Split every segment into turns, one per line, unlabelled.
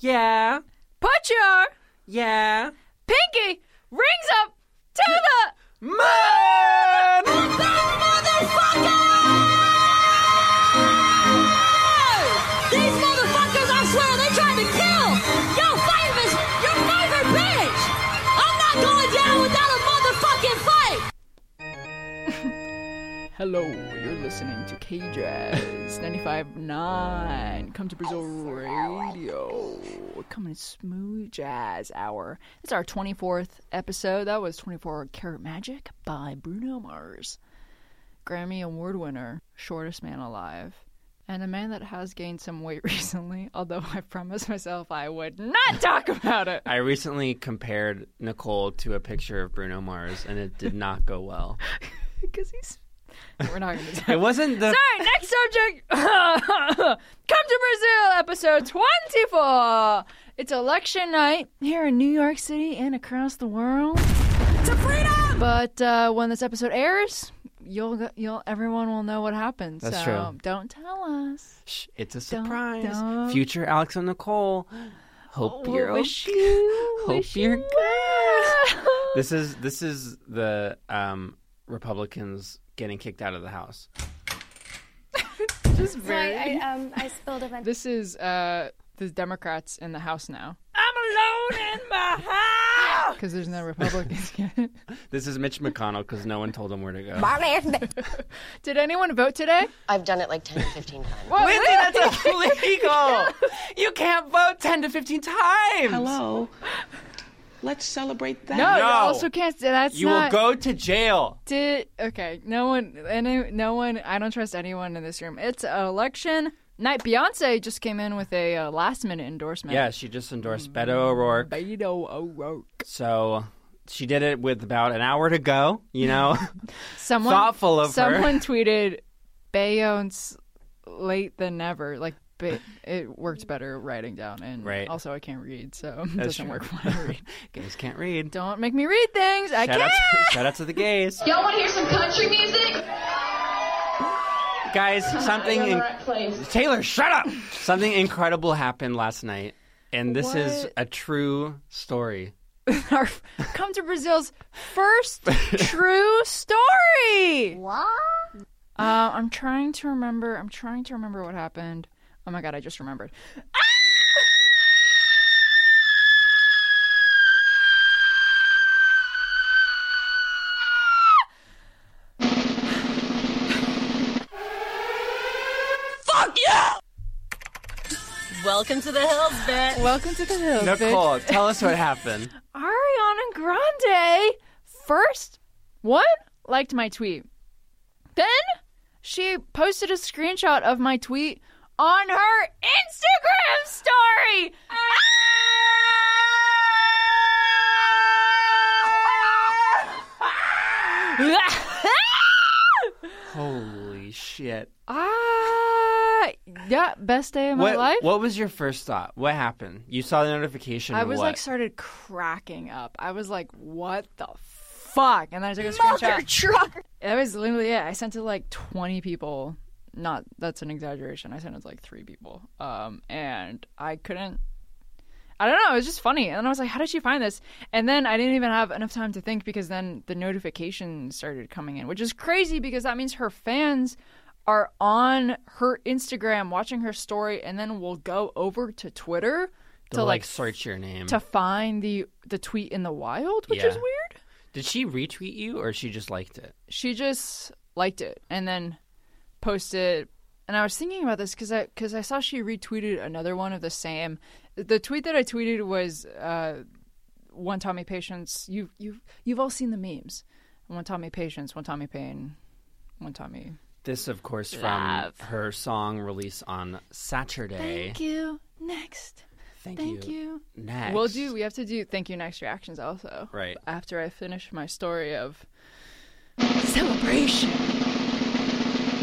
Yeah.
Put your
Yeah.
pinky rings up to the.
Man!
These motherfuckers, I swear, they tried to kill your favorite, your favorite bitch. I'm not going down without a motherfucking fight.
Hello, you're listening to K Jazz 95.9. Come to Brazil Radio. Coming to Smooth Jazz Hour. It's our 24th episode. That was 24 Karat Magic by Bruno Mars. Grammy Award winner, shortest man alive. And a man that has gained some weight recently, although I promised myself I would not talk about it.
I recently compared Nicole to a picture of Bruno Mars, and it did not go well.
Because he's. We're not going to
It wasn't the.
All right, next subject. Come to Brazil, episode 24. It's election night here in New York City and across the world.
To freedom!
But uh, when this episode airs, you'll go- you'll everyone will know what happened.
That's
so
true.
don't tell us.
Shh, it's a surprise.
don't.
Future Alex and Nicole. Hope
We'll
you're
wish
okay.
you-
Hope
wish
you're
you
good.
well.
This is this is the um, Republicans getting kicked out of the House.
This is very-
I, I, um, I spilled a bunch.
this is uh, the Democrats in the House now
I'm alone in my house.
because there's no Republicans yet.
This is Mitch McConnell because no one told him where to go.
Did anyone vote today?
I've done it like 10 to 15 times.
Whoa,
Lindsay, that's illegal. you can't vote ten to fifteen times.
Hello. Let's celebrate that.
No, you
No.
also can't. That's
You
not.
will go to jail.
Did okay. No one. Any. No one. I don't trust anyone in this room. It's an election night. Beyonce just came in with a uh, last minute endorsement.
Yeah, she just endorsed Beto O'Rourke.
Beto O'Rourke.
So she did it with about an hour to go, you know?
Someone
Thoughtful of her.
someone tweeted Beyonce late than never. Like ba- it worked better writing down and
Right.
also I can't read, so it
That's
doesn't
true.
work when I read.
Gays can't read.
Don't make me read things. I
Shout
can't.
out, to, shout out to the gays.
Y'all want to hear some country music?
Guys, something.
You're in the
In-
right place.
Taylor, shut up! Something incredible happened last night, and this is
What?
a true story.
our come to Brazil's first true story. What? Uh, I'm trying to remember. I'm trying to remember what happened. Oh my god, I just remembered.
Welcome to the hills, bitch.
Welcome to the hill.
Nicole, tell us what happened.
Ariana Grande first one liked my tweet. Then she posted a screenshot of my tweet on her Instagram story. Ah!
Holy shit.
Ah, yeah, best day of my
what,
life.
what was your first thought? What happened? You saw the notification.
I
and
was
what?
like started cracking up. I was like, "What the fuck?" And then I took a screenshot. That was literally it. I sent it to like twenty people. Not that's an exaggeration. I sent it to like three people. Um, and I couldn't. I don't know. It was just funny. And then I was like, "How did she find this?" And then I didn't even have enough time to think because then the notification started coming in, which is crazy because that means her fans are on her Instagram watching her story, and then will go over to Twitter
They'll,
to
like,
like
search your name.
to find the the tweet in the wild, which is
Yeah.
weird.
Did she retweet you or she just liked it?
She just liked it and then posted. And I was thinking about this because I because I saw she retweeted another one of the same. The tweet that I tweeted was uh, one Tommy Patience. You you you've all seen the memes. One Tommy Patience, one Tommy Pain, one Tommy.
This, of course, from her song release on Saturday.
Thank you. Next.
Thank,
Thank you.
Next.
We'll do. We have to do. Thank you. Next reactions also.
Right.
After I finish my story of celebration. Hit me.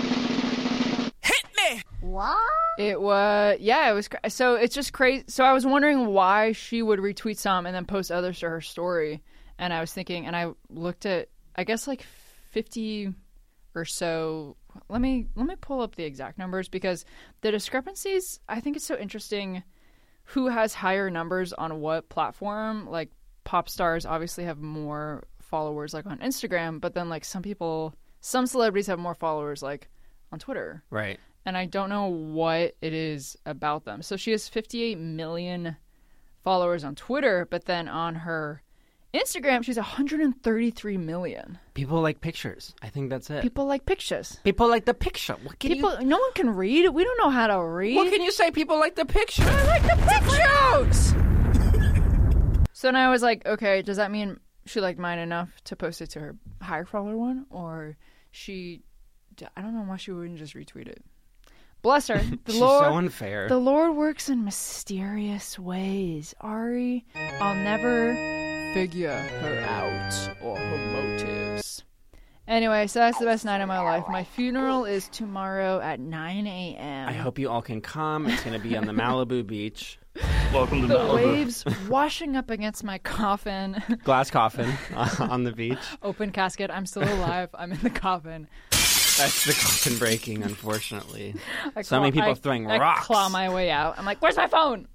What? It was. Yeah. It was. cra- So it's just crazy. So I was wondering why she would retweet some and then post others to her story. And I was thinking, and I looked at, I guess like fifty or so let me let me pull up the exact numbers because the discrepancies i think it's so interesting who has higher numbers on what platform. Like pop stars obviously have more followers like on Instagram, but then like some people, some celebrities have more followers like on Twitter.
Right.
And I don't know what it is about them. So she has 58 million followers on Twitter, but then on her Instagram, she's 133 million.
People like pictures. I think that's it. People,
People like pictures.
like the picture. What can
People, no one can read. We don't know how to read.
you? What can you say? People like the picture.
like the pictures. so then I was like, okay, does that mean she liked mine enough to post it to her higher follower one, or she? I don't know why she wouldn't just retweet it. Bless her. The
She's
Lord.
so unfair.
the Lord works in mysterious ways, Ari. I'll never figure her out or her motives. Anyway, so that's the best night of my life. My funeral is tomorrow at 9 a.m.
I hope you all can come. It's going to be on the Malibu beach.
the waves washing up against my coffin.
Glass coffin uh, on the beach.
Open casket. I'm still alive. I'm in the coffin.
That's the coffin breaking, unfortunately.
I
So many
claw-
people
I-
throwing
I
rocks.
claw my way out. I'm like, where's my phone?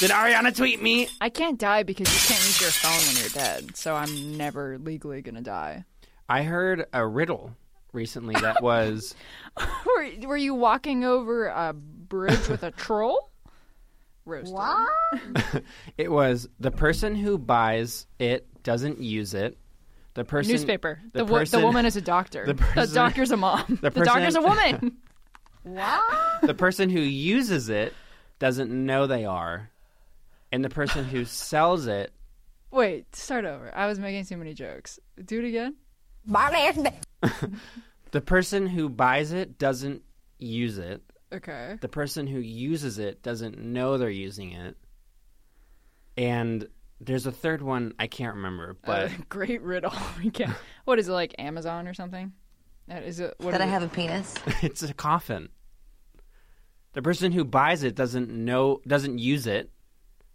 Did Ariana tweet me?
I can't die because you can't use your phone when you're dead. So I'm never legally gonna die.
I heard a riddle recently that was
Were, were you walking over a bridge with a troll? Roasted.
it was the person who buys it doesn't use it. The person
Newspaper. The,
The,
wo-
person,
the woman is a doctor.
the
The,
person-
doctor's a mom. The,
person-
doctor's a woman.
the person who uses it doesn't know they are, and the person who sells it.
Wait, start over. I was making too many jokes. Do it again.
The person who buys it doesn't use it.
Okay.
The person who uses it doesn't know they're using it. And there's a third one I can't remember, but
Uh, great riddle. We can't- what is it like Amazon or something? That is it. What
That
is
I
it?
have a penis.
it's a coffin. The person who buys it doesn't know doesn't use it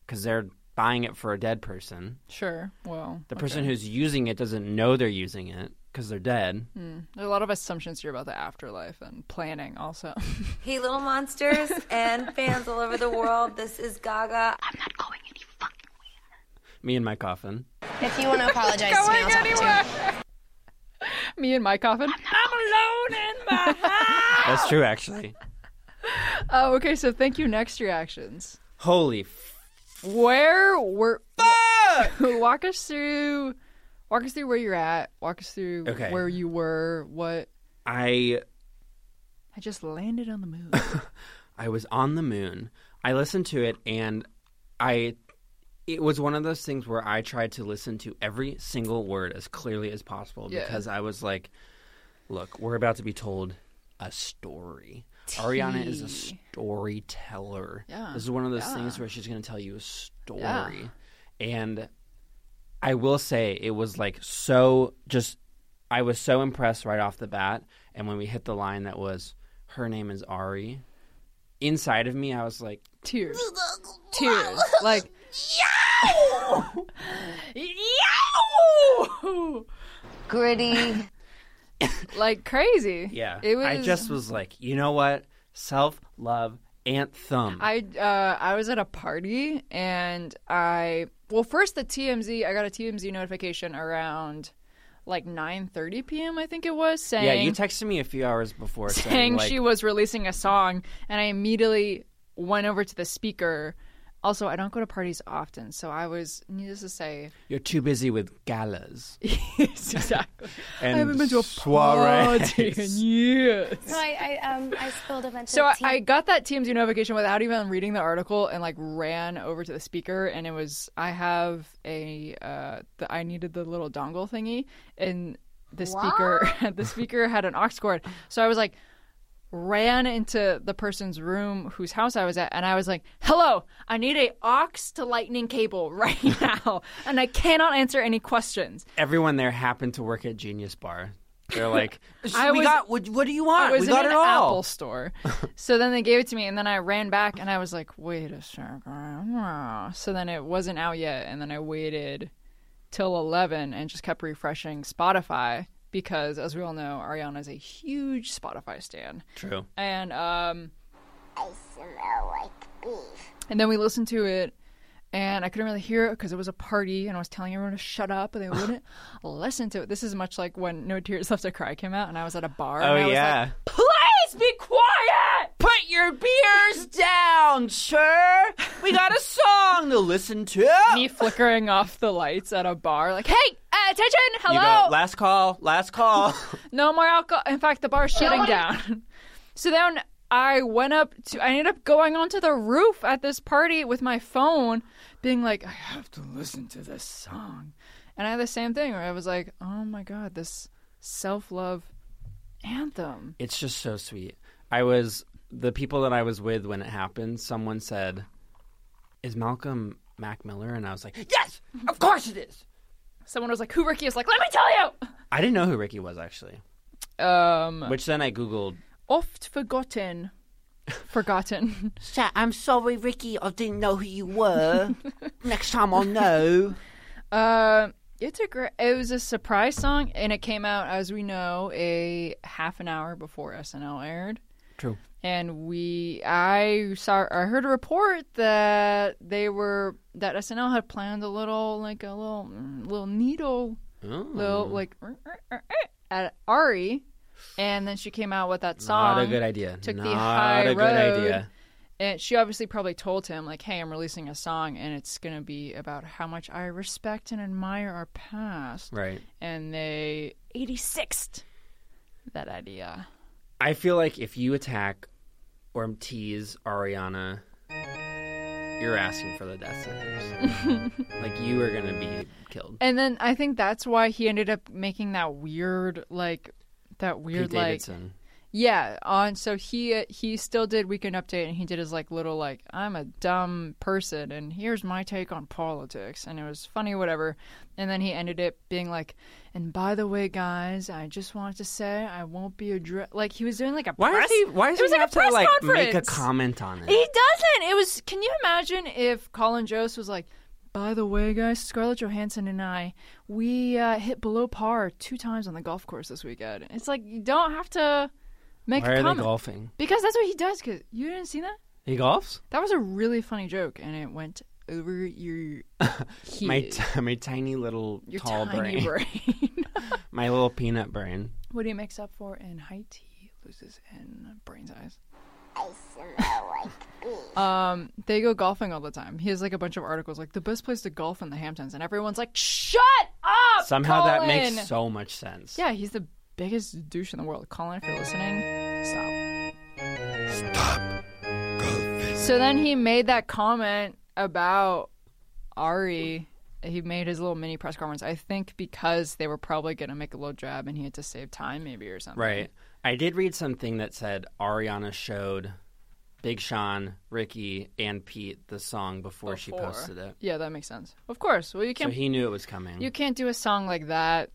because they're buying it for a dead person.
Sure. Well,
The person who's using it doesn't know they're using it because they're dead.
there's a lot of assumptions here about the afterlife and planning. Also,
Hey, little monsters and fans all over the world. This is Gaga.
Me and my coffin.
If you want to apologize to me, I'll talk to you.
me and my coffin.
That's true, actually.
Oh, okay. So thank you. Next reactions.
Holy f-
Where were? walk us through. Walk us through where you're at. Walk us through
Okay.
where you were. What
I
I just landed on the moon.
I was on the moon. I listened to it and I it was one of those things where I tried to listen to every single word as clearly as possible
Yeah.
because I was like, look, we're about to be told a story. Ariana is a
Tea.
storyteller.
Yeah.
This is one of those things
Yeah.
where she's going to tell you a story.
Yeah.
And I will say it was like so just I was so impressed right off the bat and when we hit the line that was her name is Ari inside of me I was like
Tears. Tears. Like. Yow!
Gritty.
like crazy.
yeah
it was.
I just was like you know what self love anthem
I uh, I was at a party and I well first the TMZ I got a TMZ notification around like 9:30 p.m. I think it was saying
yeah you texted me a few hours before saying
saying
like
she was releasing a song and I immediately went over to the speaker. Also, I don't go to parties often, so I was needless to say
you're too busy with galas
yes, exactly.
and
I haven't been to a party in years.
I, I, um, I spilled a bunch
So I,
of tea.
I got that TMZ notification without even reading the article and like ran over to the speaker and it was I have a uh the, I needed the little dongle thingy and the speaker the speaker had an aux cord so I was like ran into the person's room whose house I was at and I was like hello I need a aux to lightning cable right now and I cannot answer any questions
everyone there happened to work at Genius Bar they're like
I
we
was-
got what, what do you
I
want
was
we
in
got
an
it all
Apple store. so then they gave it to me, and then I ran back and I was like, wait a second. So then it wasn't out yet, and then I waited till 11 and just kept refreshing Spotify because, as we all know, Ariana is a huge Spotify stan.
true
And um,
I smell like beef.
And then we listened to it, and I couldn't really hear it because it was a party, and I was telling everyone to shut up, and they wouldn't listen to it. This is much like when No Tears Left to Cry came out, and I was at a bar.
Oh
and I
yeah.
Was like, Please be quiet.
Put your beers down, sir. We got a song to listen to.
Me flickering off the lights at a bar, like, hey, uh, attention, hello.
You go, last call, last call.
no more alcohol. In fact, the bar's shutting down. so then I went up to, I ended up going onto the roof at this party with my phone, being like, I have to listen to this song. And I had the same thing where I was like, oh my God, this self love anthem.
it's just so sweet. I was the people that I was with when it happened. Someone said, "Is Malcolm Mac Miller?" And I was like, "Yes, of course it is."
Someone was like, who Ricky is like, let me tell
I didn't know who Ricky was actually,
you. Um,
which then I googled.
oft forgotten. Forgotten.
Sir, I'm sorry, Ricky. I didn't know who you were. Next time I'll know.
Uh, it's a great. It was a surprise song, and it came out, as we know, a half an hour before SNL aired.
True.
And we, I saw, I heard a report that they were that SNL had planned a little, like a little, mm, little needle,
"Oh, Mm.
little like at Ari, and then she came out with that song.
Not a good idea.
Took the
Not
high
a good
road.
idea.
And she obviously probably told him, like, hey, I'm releasing a song and it's going to be about how much I respect and admire our past.
Right.
And they 86th that idea.
I feel like if you attack or tease Ariana, you're asking for the death sentence. like you are gonna be killed.
And then I think that's why he ended up making that weird, like, that weird,
Pete
like,
Davidson.
yeah. On so he uh, he still did Weekend Update, and he did his like little like I'm a dumb person, and here's my take on politics, and it was funny, whatever. And then he ended it being like, and by the way, guys, I just wanted to say I won't be address like he was doing like a
Why
press.
does he? Why does
it was
he
like
have
a press
to like
conference.
make a comment on
He
it?
doesn't. It was. Can you imagine if Colin Jost was like, "By the way, guys, Scarlett Johansson and I, we uh, hit below par two times on the golf course this weekend." It's like you don't have to make
Why
a
are they
comment
golfing?
because that's what he does. Because you didn't see that?
He golfs.
That was a really funny joke, and it went over your head.
My t- my tiny little
your
tall
tiny
brain,
brain.
my little peanut brain.
what he makes up for in height, he loses in brain size.
I smell like beef.
Um, they go golfing all the time. He has like a bunch of articles like the best place to golf in the Hamptons, and everyone's like, "Shut up!"
Somehow that
Colin!"
makes so much sense.
Yeah, he's the biggest douche in the world. Colin, if you're listening, stop. Stop. So then he made that comment about Ari. He made his little mini press conference. I think because they were probably going to make a little jab, and he had to save time, maybe or something.
Right. I did read something that said Ariana showed Big Sean, Ricky, and Pete the song before, she
Before.
posted it.
Yeah, that makes sense. Of course. Well, you
So
can't
he knew it was coming.
you can't do a song like that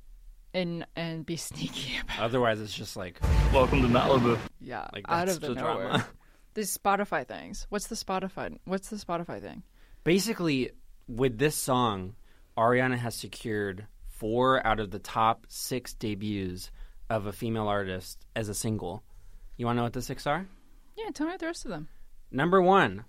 and and be sneaky about.
Otherwise, it's just like
Yeah,
like
out
that's
of the,
the
nowhere.
drama.
These Spotify things. What's the Spotify? What's the Spotify thing?
Basically, with this song, Ariana has secured four out of the top six debuts of a female artist as a single. You want to know what the six are?
Yeah, tell me the rest of them.
Number one,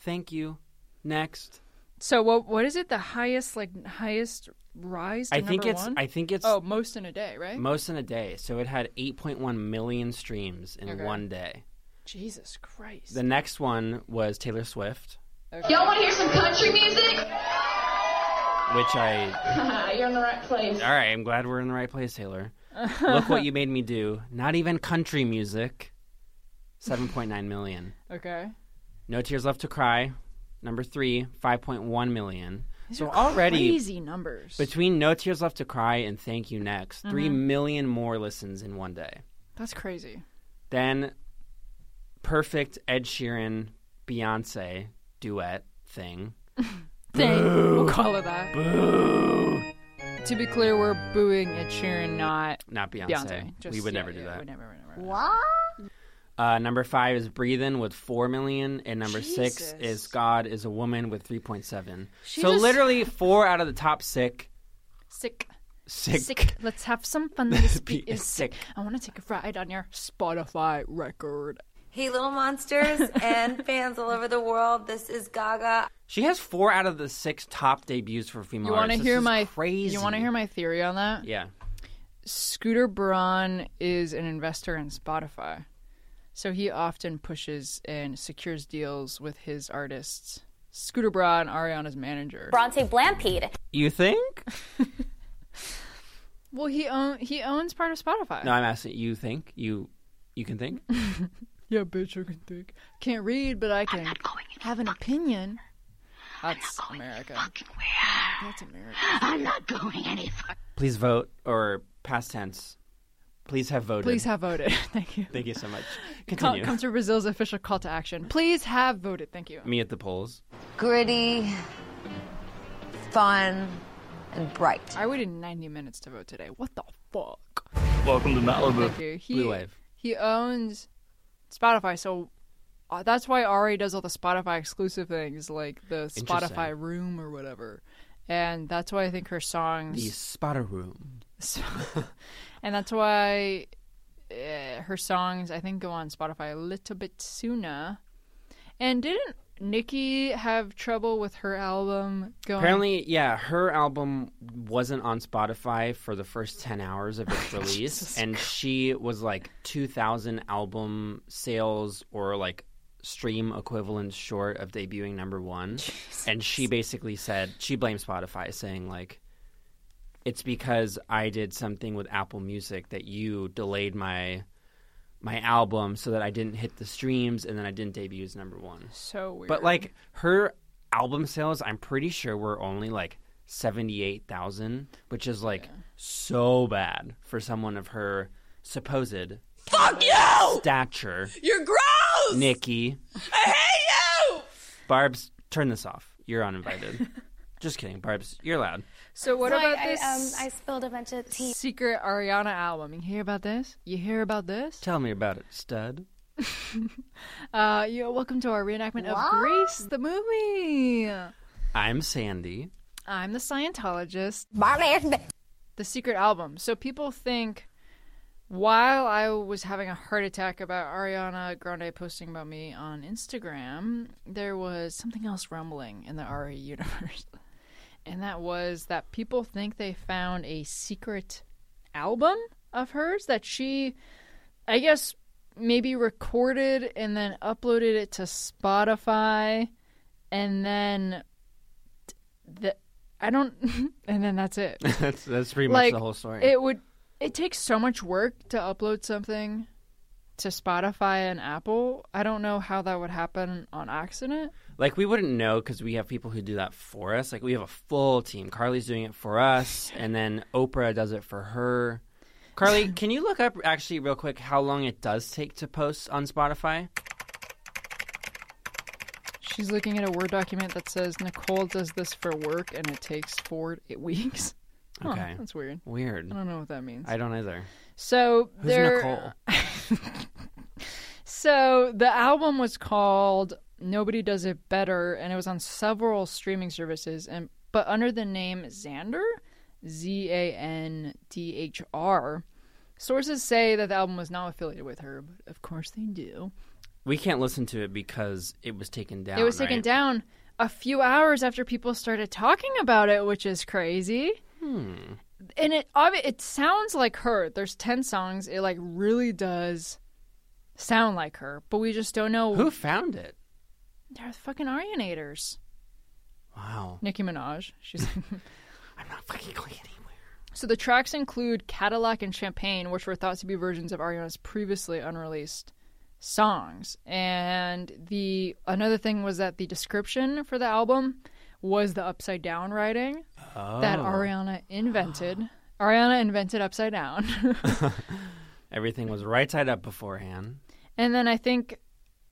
thank you. Next,
So what what is it? The highest like highest rise? To
I think
number
it's
one?
I think it's
oh most in a day, right?
most in a day. So it had 8.1 million streams in
Okay.
one day.
Jesus Christ!
The next one was Taylor Swift,
Y'all want to hear some country music?
which I
Haha, You're in the right place.
all right. I'm glad we're in the right place, Taylor. Look what you made me do. Not even country music. 7.9 million.
okay,
No Tears Left to Cry, number three, 5.1 million. so already
crazy numbers.
between No Tears Left to Cry and Thank You Next, three million more listens in one day.
That's crazy.
Then Perfect Ed Sheeran Beyonce duet thing.
Thing we'll call it that. To be clear, we're booing Ed Sheeran, not
Not Beyonce.
Beyonce. Just,
we would
yeah,
never do
yeah,
that.
Would never, would never,
Uh, number five is Breathing with 4 million. And number six is God is a Woman with 3.7. so
just-
literally four out of the top sick.
Sick.
Sick.
Sick. Let's have some fun. This
Be-
beat is sick. I want to take a ride on your Spotify record.
Hey, little monsters and fans all over the world. This is Gaga.
She has four out of the six top debuts for female.
You want to
artists.
hear
This is
my
crazy?
You want to hear my theory on that?
Yeah.
Scooter Braun is an investor in Spotify, so he often pushes and secures deals with his artists. Scooter Braun, Ariana's manager.
Bronte Blampede.
You think?
Well, he own he owns part of Spotify.
No, I'm asking. You think? You you can think?
Yeah, bitch, I can think. Can't read, but I can have an opinion. That's America. That's America.
Please vote or past tense. Please have voted.
Please have voted. Thank you.
Thank you so much.
Come,
Continue.
come to Brazil's official call to action. Please have voted. Thank you.
Me at the polls.
Gritty, fun, and bright.
I waited 90 minutes to vote today. What the fuck?
Welcome to Malibu.
Thank you. He,
Blue wave.
He owns Spotify, so uh, that's why Ari does all the Spotify exclusive things, like the Spotify Room or whatever. And that's why I think her songs.
The spotter room.
So- and that's why uh, her songs, I think, go on Spotify a little bit sooner. And didn't Nikki have trouble with her album going?
Apparently, yeah, her album wasn't on Spotify for the first 10 hours of its release. and she was like 2,000 album sales or like stream equivalents short of debuting number one. And she basically said, she blamed Spotify, saying, like, it's because I did something with Apple Music that you delayed my my album so that I didn't hit the streams and then I didn't debut as number one.
so weird.
But
um,
like her album sales, I'm pretty sure were only like seventy eight thousand, which is like so bad for someone of her supposed
Fuck you!
stature.
You're gross!
Nikki,
I hate you!
Barb's, turn this off. You're uninvited. Just kidding, Barb's. You're loud.
so what
So
about
I,
this
I, um, I spilled a bunch of tea.
secret Ariana album? You hear about this? You hear about this?
Tell me about it, stud.
Uh, you're welcome to our reenactment of Grace the movie.
I'm Sandy.
I'm the Scientologist. The secret album. So people think while I was having a heart attack about Ariana Grande posting about me on Instagram, there was something else rumbling in the RE universe. And that was that people think they found a secret album of hers that she, I guess, maybe recorded and then uploaded it to Spotify and then the I don't and then that's it.
that's that's pretty much the whole story.
It would it takes so much work to upload something to Spotify and Apple. I don't know how that would happen on accident.
like we wouldn't know because we have people who do that for us. Like we have a full team. Carly's doing it for us, and then Oprah does it for her. Carly, can you look up actually real quick how long it does take to post on Spotify?
She's looking at a Word document that says Nicole does this for work and it takes four eight weeks. Huh,
Okay.
that's weird.
Weird.
I don't know what that means.
I don't either.
So
Who's
there,
Nicole?
So the album was called Nobody Does It Better, and it was on several streaming services, and but under the name Xander, Z A N D H R. Sources say that the album was not affiliated with her, but of course they do.
We can't listen to it because it was taken down.
it was taken
right?
down a few hours after people started talking about it, which is crazy. And it obvi- it sounds like her. There's ten songs. It like really does sound like her, but we just don't know.
Who found it?
They're the fucking Arianators.
Wow.
Nicki Minaj. She's
I'm not fucking going anywhere.
so the tracks include Cadillac and Champagne, which were thought to be versions of Ariana's previously unreleased songs. And the another thing was that the description for the album was the upside down writing that Ariana invented. Ariana invented upside down.
Everything was right side up beforehand.
And then I think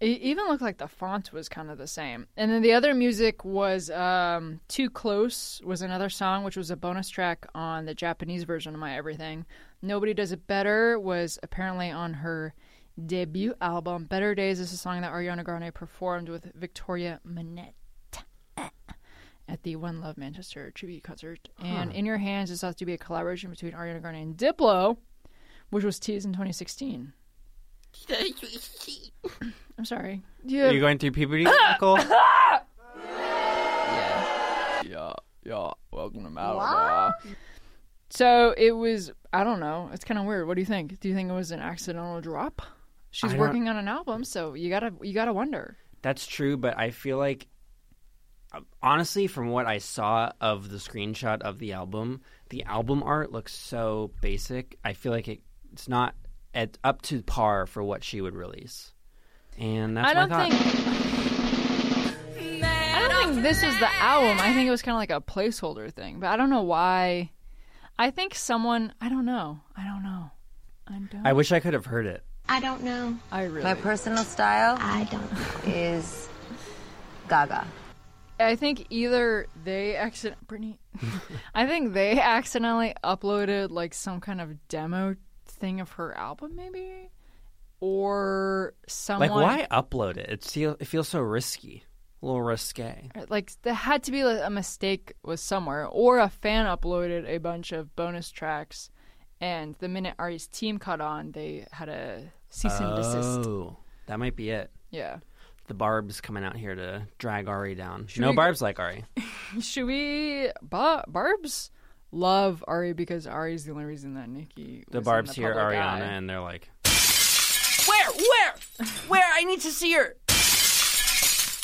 it even looked like the font was kind of the same. And then the other music was um, Too Close was another song, which was a bonus track on the Japanese version of My Everything. Nobody Does It Better was apparently on her debut album. Better Days is a song that Ariana Grande performed with Victoria Minette at the One Love Manchester tribute concert. And In Your Hands is thought to be a collaboration between Ariana Grande and Diplo, which was teased in 2016. I'm sorry.
Are
Yeah.
you going through puberty, Nicole?
yeah. Yeah. Welcome to Malibu. So it was. I don't know. It's kind of weird. What do you think? Do you think it was an accidental drop?
I
She's
don't-
working on an album, so you gotta you gotta wonder.
That's true, but I feel like, um, honestly, from what I saw of the screenshot of the album, the album art looks so basic. I feel like it, it's not at, up to par for what she would release. And that's
I don't
my thought.
think. I don't think this is the album. I think it was kind of like a placeholder thing, but I don't know why. I think someone. I don't know. I don't know. I don't.
I wish I could have heard it.
I don't know.
I really.
My personal style
I don't know.
is Gaga.
I think either they accident Brittany. I think they accidentally uploaded like some kind of demo thing of her album, maybe, or someone
Like, why upload it? It, feel, it feels so risky, a little risque.
Like there had to be like, a mistake was somewhere, or a fan uploaded a bunch of bonus tracks, and the minute Ari's team caught on, they had a cease and desist.
Oh, that might be it.
Yeah.
The Barb's coming out here to drag Ari down.
we
no
go-
Barb's like Ari.
Should we ba- Barb's love Ari because Ari's the only reason that Nikki was
The
in
Barb's here,
public
Ariana,
eye.
and they're like,
Where? Where? Where? I need to see her.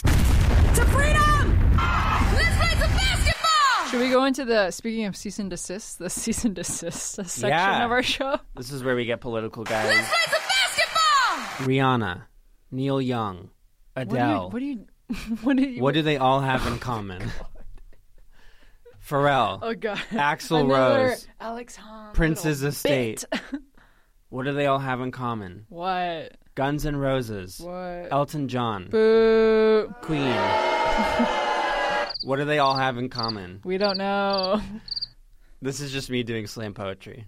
To freedom! Let's play some basketball!
Should we go into the speaking of cease and desist, the cease and desist section
Yeah.
of our show?
this is where we get political, guys.
Let's play some basketball!
Rihanna, Neil Young, Adele.
What do you? Oh, What do you?
What do they all have in common? Pharrell,
Oh God!
Axl
Another
Rose,
Alex Hahn,
Prince's
little
Estate.
bit.
What do they all have in common?
what?
Guns N' Roses,
What?
Elton John,
Boo!
Queen. what do they all have in common?
We don't know.
This is just me doing slam poetry.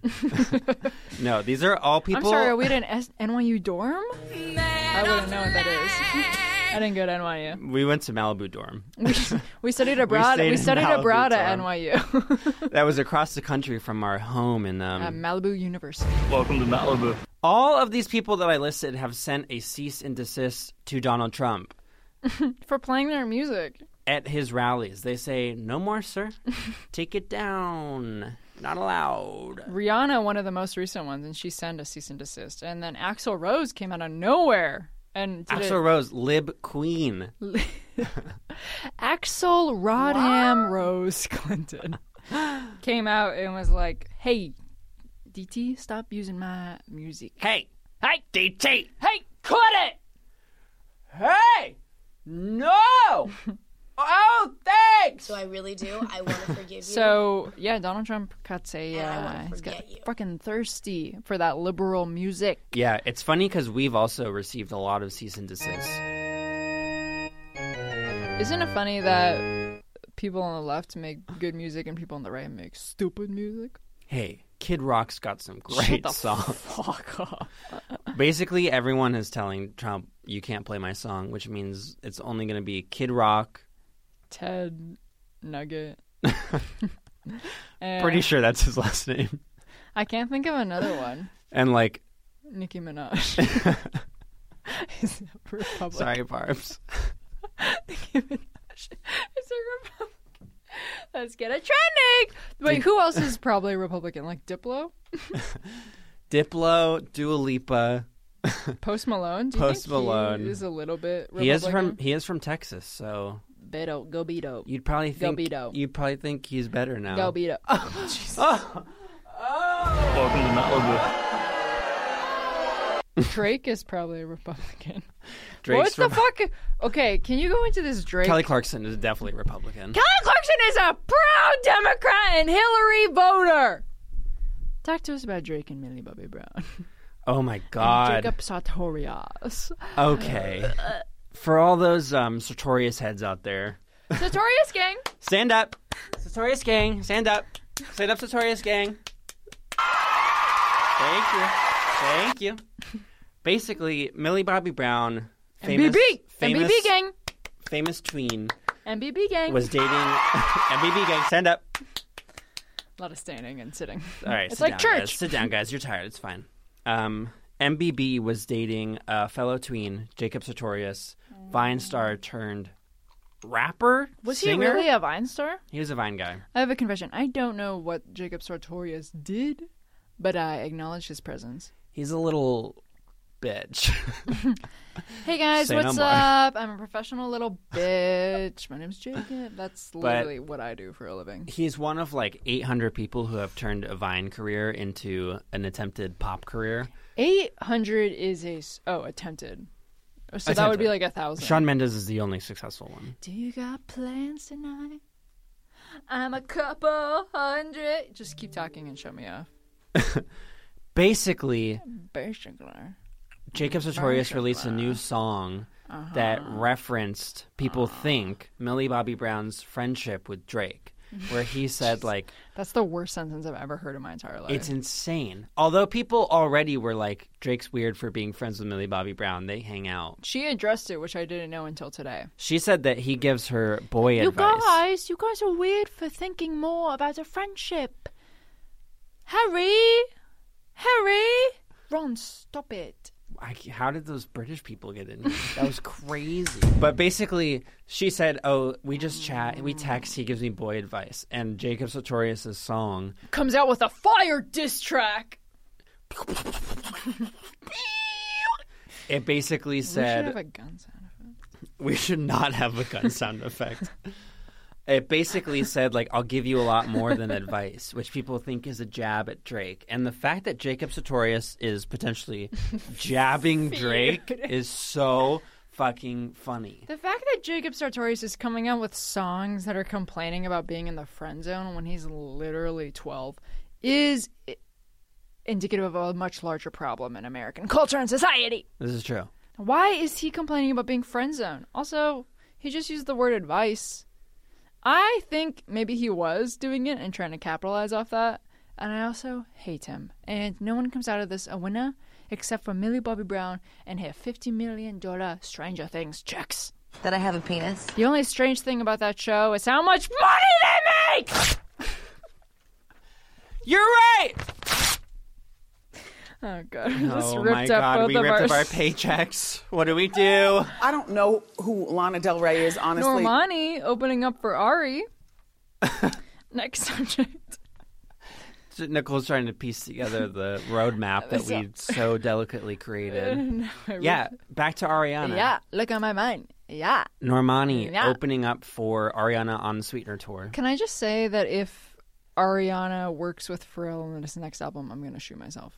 no, these are all people.
I'm sorry. Are we at an S- NYU dorm? I wouldn't know what that is. I didn't go to NYU.
We went to Malibu dorm.
We studied abroad.
stayed
we
in
studied abroad at
Malibu
NYU,
that was across the country from our home in um,
at Malibu University.
All of these people that I listed have sent a cease and desist to Donald Trump
For playing their music.
at his rallies. They say, "No more, sir. Take it down. Not allowed."
Rihanna, one of the most recent ones, and she sent a cease and desist. And then Axl Rose came out of nowhere and did
Axel
it.
Rose, Lib Queen.
Axl Rodham Rose Clinton came out and was like, "Hey, DT, stop using my music.
Hey, hey, DT.
Hey, quit it!
Hey, no. oh, thanks.
So I really do. I want to forgive you.
So yeah, Donald Trump cuts a.
And I
Uh,
wanna
he's got
forget you.
fucking thirsty for that liberal music.
Yeah, it's funny because we've also received a lot of cease and desist.
Isn't it funny that people on the left make good music and people on the right make stupid music?
Hey, Kid Rock's got some
Shut
great
the
songs.
Fuck off.
Basically, everyone is telling Trump, you can't play my song, which means it's only going to be Kid Rock.
Ted Nugget. And
Pretty sure that's his last name.
I can't think of another one.
And like,
Nicki Minaj. Is a Republican.
sorry, Barb's.
Nicki Minaj is a Republican. Let's get it trending. Wait, who else is probably Republican? Like Diplo,
Diplo, Dua Lipa.
Post Malone. Do you
Post
think he
Malone.
is a little bit. Republican?
He is from he is from Texas, so
Beto. Go Beto.
you'd probably
Go
think
Beto.
you'd probably think he's better now.
Go Beto. Oh, Jesus.
Ah.
Drake is probably a Republican. what
Drake's Rep-
the fuck? Okay, can you go into this Drake?
Kelly Clarkson is definitely Republican.
Kelly Clarkson is a proud Democrat and Hillary voter. Talk to us about Drake and Millie Bobby Brown.
oh my god.
Jacob Sartorius.
Okay. For all those um, Sartorius heads out there,
Sartorius gang.
stand up, Sartorius gang, stand up, stand up, Sartorius gang. Thank you, thank you. Basically, Millie Bobby Brown, famous,
MBB.
famous,
MBB gang.
famous tween,
MBB gang.
was dating MBB gang. Stand up.
a lot of standing and sitting.
All right,
It's
sit
like
down,
church.
Guys. Sit down, guys. You're tired. It's fine. Um, MBB was dating a fellow tween, Jacob Sartorius, Vine star turned rapper.
Was
singer.
he really a Vine star?
He was a Vine guy.
I have a confession. I don't know what Jacob Sartorius did, but I acknowledge his presence.
He's a little bitch.
Hey guys,
Say no
what's
more.
up? I'm a professional little bitch. My name's Jacob. That's literally what I do for a living.
He's one of like 800 people who have turned a Vine career into an attempted pop career.
800 is a s- oh attempted. So that would be
Attempted.
like a thousand.
Sean Mendes is the only successful one.
Do you got plans tonight? I'm a couple hundred. Just keep talking and shut me off.
Basically,
Basically.
Jacob Sartorius released a new song that referenced people think Millie Bobby Brown's friendship with Drake, where he said like
That's the worst sentence I've ever heard in my entire life.
it's insane. Although people already were like Drake's weird for being friends with Millie Bobby Brown, they hang out.
she addressed it, which I didn't know until today.
She said that he gives her boy advice.
you guys are weird for thinking more about a friendship. Harry, Harry, Ron, stop it.
I, how did those British people get in? here? That was crazy. But basically, she said, "Oh, we just chat, we text. He gives me boy advice." And Jacob Sartorius's song
Comes out with a fire diss track.
it basically
we should
said,
have a gun sound.
we should not have a gun sound effect. It basically said, like, I'll give you a lot more than advice, which people think is a jab at Drake. And the fact that Jacob Sartorius is potentially jabbing Drake is so fucking funny.
The fact that Jacob Sartorius is coming out with songs that are complaining about being in the friend zone when he's literally 12 is i- indicative of a much larger problem in American culture and society.
This is true.
Why is he complaining about being friend zone? Also, he just used the word advice. I think maybe he was doing it and trying to capitalize off that. And I also hate him. And no one comes out of this a winner except for Millie Bobby Brown and her $50 million Stranger Things checks.
That I have a penis.
The only strange thing about that show is how much money they make!
You're right.
Oh, God. We just
oh
ripped
my
up
god,
both
we
of
ripped
our,
up our paychecks. What do we do?
I don't know who Lana Del Rey is, honestly.
Normani opening up for Ari. Next subject.
So Nicole's trying to piece together the roadmap that we so delicately created. Yeah, back to Ariana.
Yeah, look at my mind. Yeah.
Normani
Yeah.
opening up for Ariana on the Sweetener tour.
Can I just say that if Ariana works with Pharrell in this next album, I'm going to shoot myself?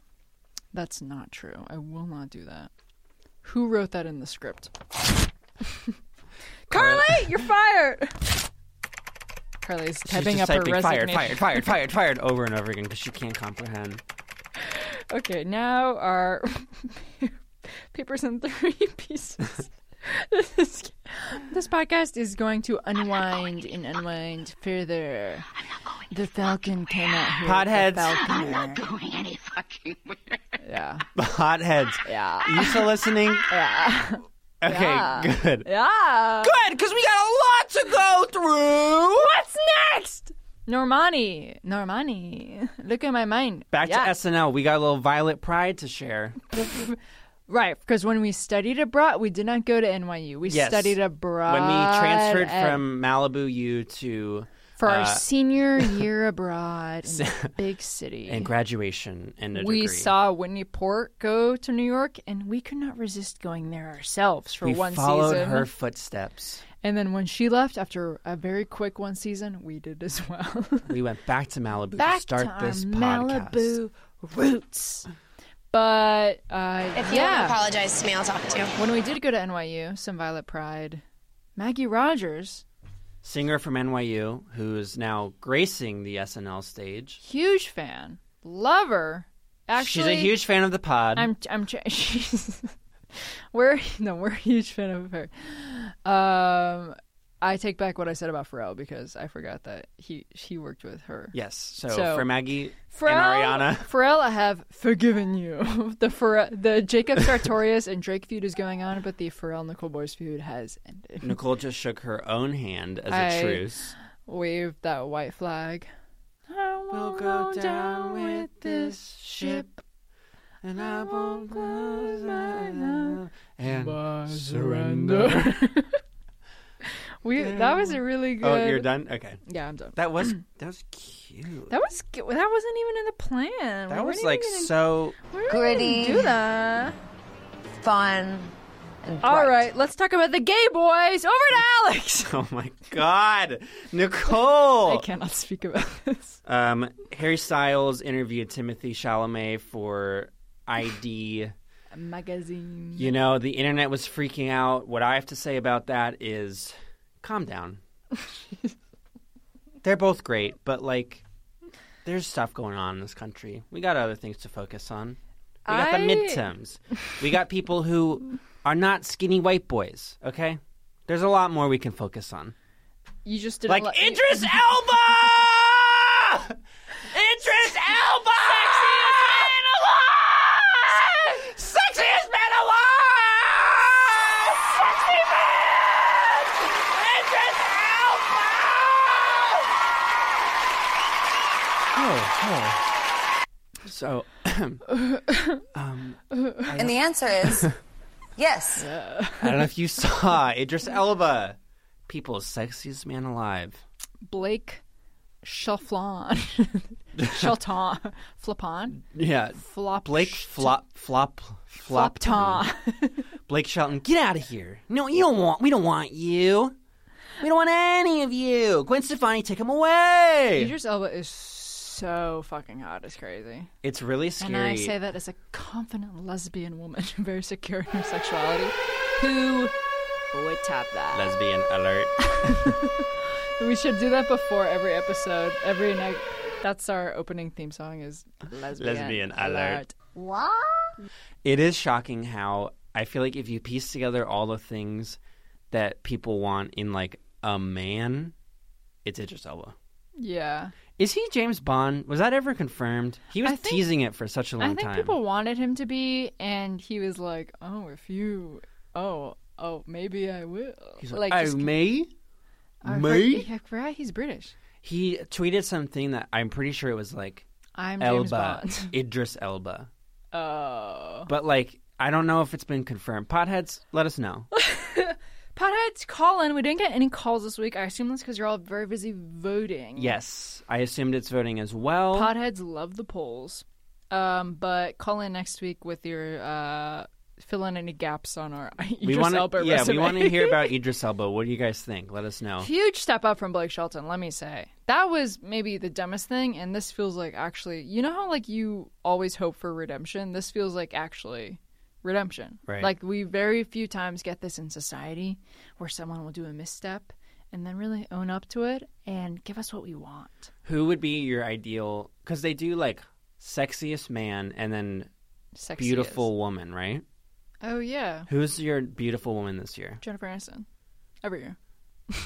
That's not true. I will not do that. Who wrote that in the script? Carly, you're fired. Carly's typing
She's just
up
typing
her
fired,
resignation.
fired, fired, fired, fired over and over again because she can't comprehend.
Okay, now our papers in three pieces. this, is- this podcast is going to unwind and unwind further. The Falcon cannot hear.
Podheads.
The Falconer. Yeah.
Hotheads.
Yeah.
You still listening?
Yeah.
Okay, good.
Yeah.
Good, because we got a lot to go through.
What's next? Normani. Normani. Look at my mind.
Back
Yeah.
to SNL. We got a little Violet Pride to share.
Right, because when we studied abroad, we did not go to NYU. We
Yes.
studied abroad.
when we transferred
at-
from Malibu U to
for
uh,
our senior year abroad in a big city.
and graduation and a
we
degree.
saw Whitney Port go to New York, and we could not resist going there ourselves for
we
one
followed
season.
her footsteps.
And then when she left after a very quick one season, we did as well.
We went back to Malibu
Back
to start
to our
this podcast.
Malibu roots. But uh,
If you
yeah,
ever apologize to me, I'll talk to you.
when we did go to NYU, some Violet Pride, Maggie Rogers,
Singer from NYU who is now gracing the SNL stage.
huge fan, lover. Actually,
She's a huge fan of the pod.
I'm I'm tr- she's we're no we're a huge fan of her. Um, I take back what I said about Pharrell because I forgot that he he worked with her.
yes. So,
So-
for Maggie
Pharrell,
and Ariana.
Pharrell, I have forgiven you. The Pharrell, the Jacob Sartorius and Drake feud is going on, but the Pharrell Nicole Boys feud has ended.
Nicole just shook her own hand as a
I-
truce.
Wave that white flag. I won't
We'll go down with this ship. and I won't close my eyes and
surrender. we that was a really good.
oh, you're done. Okay,
Yeah, I'm done.
that was that was cute.
That was g- that wasn't even in the plan.
That was like so.
Gritty.
Do that.
Fun. And
All
bright.
right, let's talk about the gay boys. Over to Alex.
Oh my God, Nicole.
I cannot speak about this.
Um, Harry Styles interviewed Timothy Chalamet for ID.
Magazine.
You know, the internet was freaking out. What I have to say about that is calm down. They're both great, but like there's stuff going on in this country. We got other things to focus on. We got
I-
the midterms. We got people who are not skinny white boys, okay? There's a lot more we can focus on.
You just didn't
Like
let- you-
Idris Elba! Idris Elba! Sexiest man alive! Sexy man! Idris Elba! Oh, oh. So,
And the answer is yes.
I don't know if you saw Idris Elba, people's sexiest man alive.
Blake Chalflan. Chalton. Flapon.
Yeah,
Flop.
Blake flop flop flop
Flopton.
Blake Shelton, get out of here. No, you don't want. We don't want you. We don't want any of you. Gwen Stefani, take him away.
Idris Elba is so fucking hot. It's crazy.
it's really scary.
And I say that as a confident lesbian woman, very secure in her sexuality, who would tap that.
Lesbian alert.
We should do that before every episode, every night. That's our opening theme song is lesbian,
Lesbian alert. it is shocking how I feel like if you piece together all the things that people want in like a man, it's Idris Elba.
Yeah.
Is he James Bond? Was that ever confirmed? He was
I think-
teasing it for such a long
I think
time.
people wanted him to be, and he was like, "Oh, if you, oh, oh, maybe I will."
He's
like,
like, oh,
just-
me?
I for-
me?
yeah, right. He's British.
He tweeted something that I'm pretty sure it was like
I'm James
Elba,
Bond.
Idris Elba.
Oh,
But like, I don't know if it's been confirmed. Potheads, let us know.
potheads, call in. We didn't get any calls this week. I assume that's because you're all very busy voting.
yes, I assumed it's voting as well.
Potheads love the polls. Um, but call in next week with your uh, fill in any gaps on our
we
Idris
wanna-
Elba
yeah,
resume.
we want to hear about Idris Elba. What do you guys think? Let us know.
huge step up from Blake Shelton, let me say. That was maybe the dumbest thing, and this feels like actually, you know how like you always hope for redemption? This feels like actually redemption.
Right.
Like we very few times get this in society where someone will do a misstep and then really own up to it and give us what we want.
Who would be your ideal? Because they do like sexiest man and then
Sexy
beautiful woman, right?
as- Oh yeah,
Who's your beautiful woman this year?
Jennifer Aniston. Every year.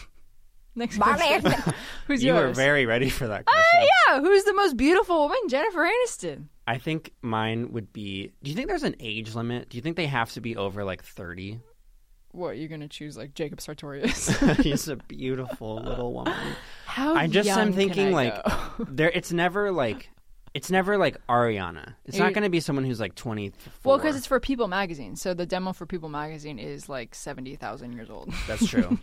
Next
Mommy.
question. Who's
you were
yours? Oh,
very ready for that question.
yeah, who's the most beautiful woman? Jennifer Aniston.
I think mine would be. Do you think there's an age limit? Do you think they have to be over like 30?
What you're gonna choose? Like Jacob Sartorius.
She's a beautiful little woman.
How
I just
young
am
can
thinking
I
like
go?
there. It's never like it's never like Ariana. It's
You-
not going to be someone who's like twenty four.
well, because it's for People Magazine, so the demo for People Magazine is like seventy thousand years old.
that's true.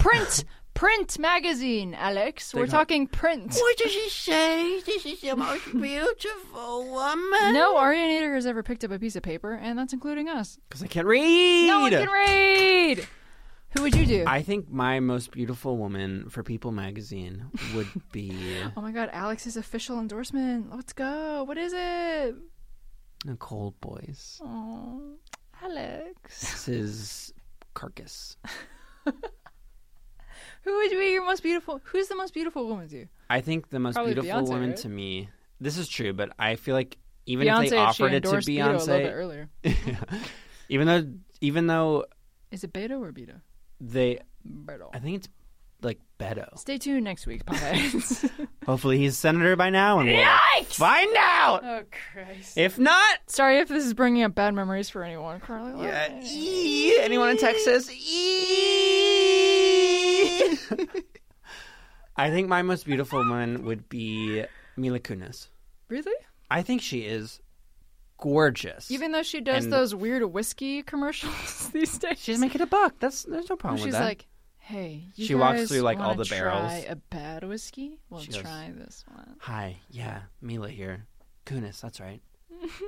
print, print magazine, Alex. We're talking print.
what does she say? This is the most beautiful woman.
No Ariana Nader has ever picked up a piece of paper, and that's including us.
because I can't read.
No one can read. Who would you do?
I think my most beautiful woman for People magazine would be.
oh my God, Alex's official endorsement. Let's go. What is it?
Nicole Boyce.
Oh, Alex.
This is Carcass.
Who would be your most beautiful? Who's the most beautiful woman to you?
I think the most
Probably
beautiful
Beyonce,
woman
right?
to me. This is true, but I feel like even
Beyonce.
if they
if she
offered it to
endorsed Beto a little bit
Beyonce,
earlier.
even though even though
Is it Beto or Beto?
they,
Beto.
I think it's like Beto.
Stay tuned next week, potheads.
Hopefully, he's senator by now, and we'll find out.
oh Christ!
If not,
Sorry if this is bringing up bad memories for anyone, Carly. Lloyd.
uh, ee, anyone in Texas? ee. I think my most beautiful woman would be Mila Kunis.
Really?
I think she is gorgeous.
Even though she does
And-
those weird whiskey commercials these days,
she's making a buck. That's there's no problem
she's
with that.
like, "Hey, you
She walks
guys
through, like, all
wanna
the barrels.
try a bad whiskey. Well,
She goes-
try this one.
Hi, yeah, Mila here. Kunis, that's right.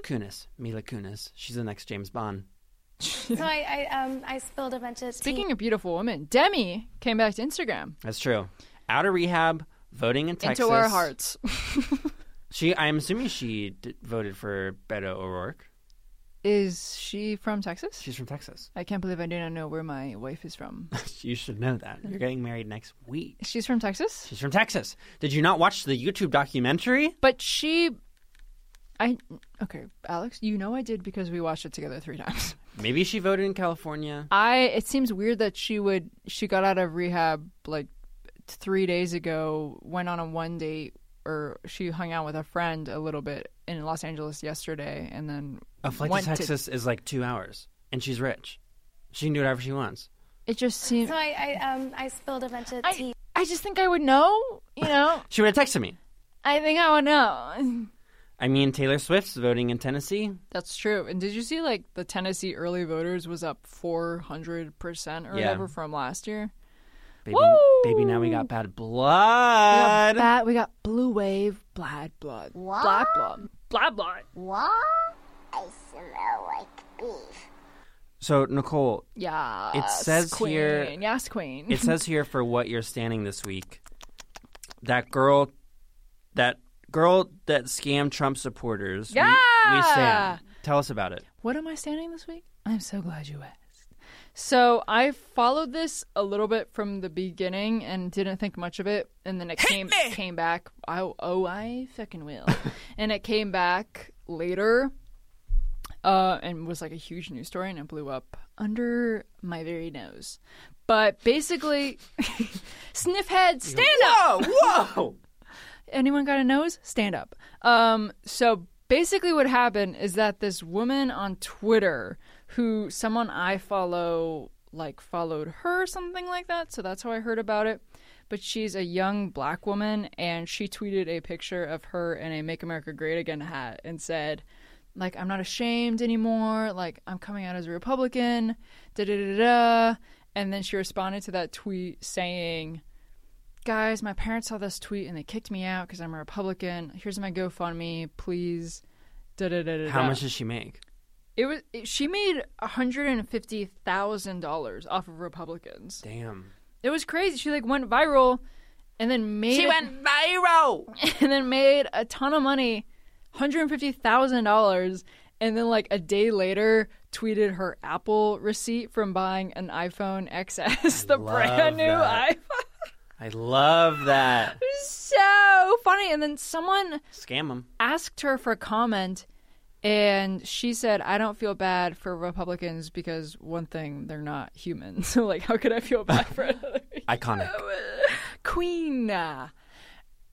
Kunis, Mila Kunis. She's the next James Bond.
So I, I, um, I spilled a bunch of tea.
Speaking of beautiful women, Demi came back to Instagram
That's true. Out of rehab, voting in Texas.
into our hearts.
She, I'm assuming she d- voted for Beto O'Rourke.
Is she from Texas?
She's from Texas.
I can't believe I do not know where my wife is from.
you should know that. You're getting married next week.
She's from Texas?
She's from Texas. Did you not watch the YouTube documentary?
But she I okay, Alex, you know I did because we watched it together three times.
Maybe she voted in California.
I it seems weird that she would she got out of rehab like 3 days ago, went on a one date or she hung out with a friend a little bit in Los Angeles yesterday and then
A flight
went
to Texas is like two hours, and she's rich. She can do whatever she wants.
it just seems
so I, I, um, I spilled a bunch of tea.
I, I just think I would know, you know.
She would have texted me.
I think I would know.
I mean, Taylor Swift's voting in Tennessee.
That's true. And did you see like the Tennessee early voters was up 400% or
Yeah.
whatever from last year?
Baby, baby, now we got bad blood.
We got, bat, we got blue wave, blood, blood, blood, blood.
What? I smell like beef.
so Nicole,
Yeah.
says
queen.
here-
Yes, queen.
it says here for what you're standing this week. That girl, that girl that scammed Trump supporters. we- we,
Yeah!
stand. Tell us about it.
What am I standing this week? I'm so glad you asked. So I followed this a little bit from the beginning and didn't think much of it, and then it came came back. I, oh, I fucking will. and it came back later, uh, and was like a huge news story, and it blew up under my very nose. But basically, sniff head, stand up.
Whoa!
Anyone got a nose? Stand up. Um, so basically, what happened is that this woman on Twitter, who someone I follow, like followed her, something like that. So that's how I heard about it. But she's a young black woman, and she tweeted a picture of her in a "Make America Great Again" hat and said, "Like I'm not ashamed anymore. Like I'm coming out as a Republican." Da da da da. And then she responded to that tweet saying guys, my parents saw this tweet and they kicked me out because I'm a Republican. Here's my GoFundMe, please. Da da da da.
How
da.
much does she make?
It was. It, she made 150 thousand dollars off of Republicans.
Damn.
It was crazy. She like went viral, and then made she went viral, and then made a ton of money, 150 thousand dollars. And then, like a day later, tweeted her Apple receipt from buying an iPhone XS, the brand new
that.
iPhone.
I love that.
So funny. And then someone
Scam them.
asked her for a comment and she said i don't feel bad for republicans because one thing they're not human so like how could i feel bad for another
Iconic.
queen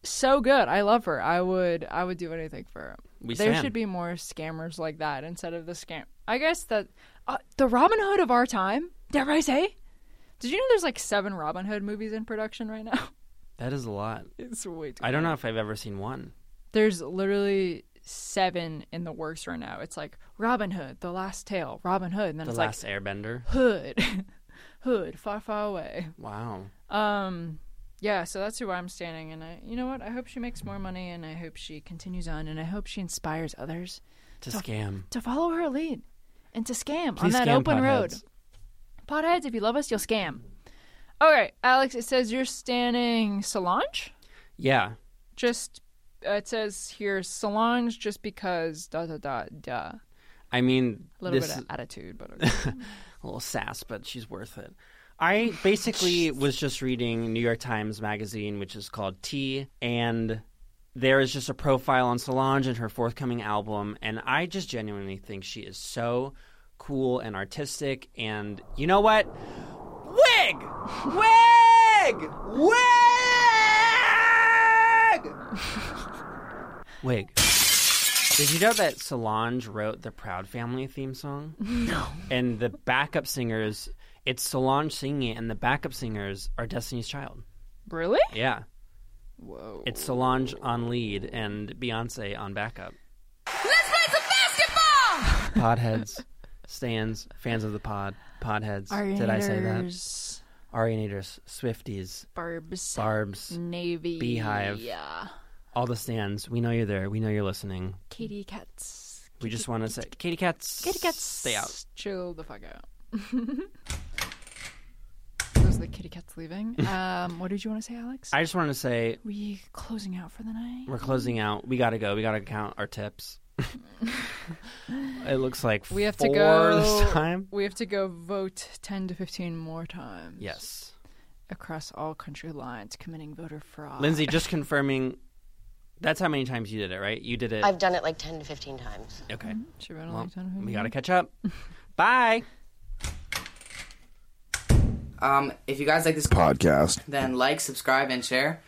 so good i love her i would i would do anything for her
We
there
stand.
should be more scammers like that instead of the scam i guess that uh, the robin hood of our time dare i say did you know there's like seven robin hood movies in production right now
That is a lot.
it's way too
I don't know if I've ever seen one.
there's literally seven in the works right now. It's like Robin Hood, The Last Tale, Robin Hood, and then
The
it's
Last Airbender.
like Hood, Hood, far, far away.
Wow.
Um, yeah, so that's who I'm standing, and I, you know what? I hope she makes more money, and I hope she continues on, and I hope she inspires others
To scam.
to follow her lead and to scam on
Please
that
scam
open road.
potheads.
Potheads, if you love us, you'll scam. All right, Alex. It says you're standing Solange.
Yeah.
just uh, it says here Solange just because da da da da. A
I mean,
little
this
bit of attitude, but okay.
a little sass, but she's worth it. I basically was just reading New York Times magazine, which is called Tea, and there is just a profile on Solange and her forthcoming album, and I just genuinely think she is so cool and artistic. And you know what? Wig, wig, wig, wig. Did you know that Solange wrote the Proud Family theme song? and the backup singers it's Solange singing it, and the backup singers are Destiny's Child.
really?
Yeah. Whoa. It's Solange on lead and Beyonce on backup.
Let's play some basketball!
podheads, stands, fans of the pod, podheads. Did I say that?
Arianators,
Arianators, Swifties,
Barbs,
Barbs,
Navy,
Beehive.
yeah,
all the stands. We know you're there. We know you're listening.
Katie Cats,
We just want to say, Katie Cats.
Kitty Cats,
Stay out.
Chill the fuck out. Those are the Kitty Cats leaving. Um, what did you want to say, Alex?
I just want to say
we closing out for the night.
we're closing out. We got to go. We got to count our tips. it looks like
We have to
four
go
this time.
We have to go vote ten to fifteen more times.
Yes.
across all country lines, committing voter fraud.
Lindsay, just confirming. That's how many times you did it, right? You did it.
I've done it like 10 to 15 times.
okay.
She ran a
Well,
long time ago.
we got to catch up. Bye.
Um, if you guys like this
podcast.
then like, subscribe, and share.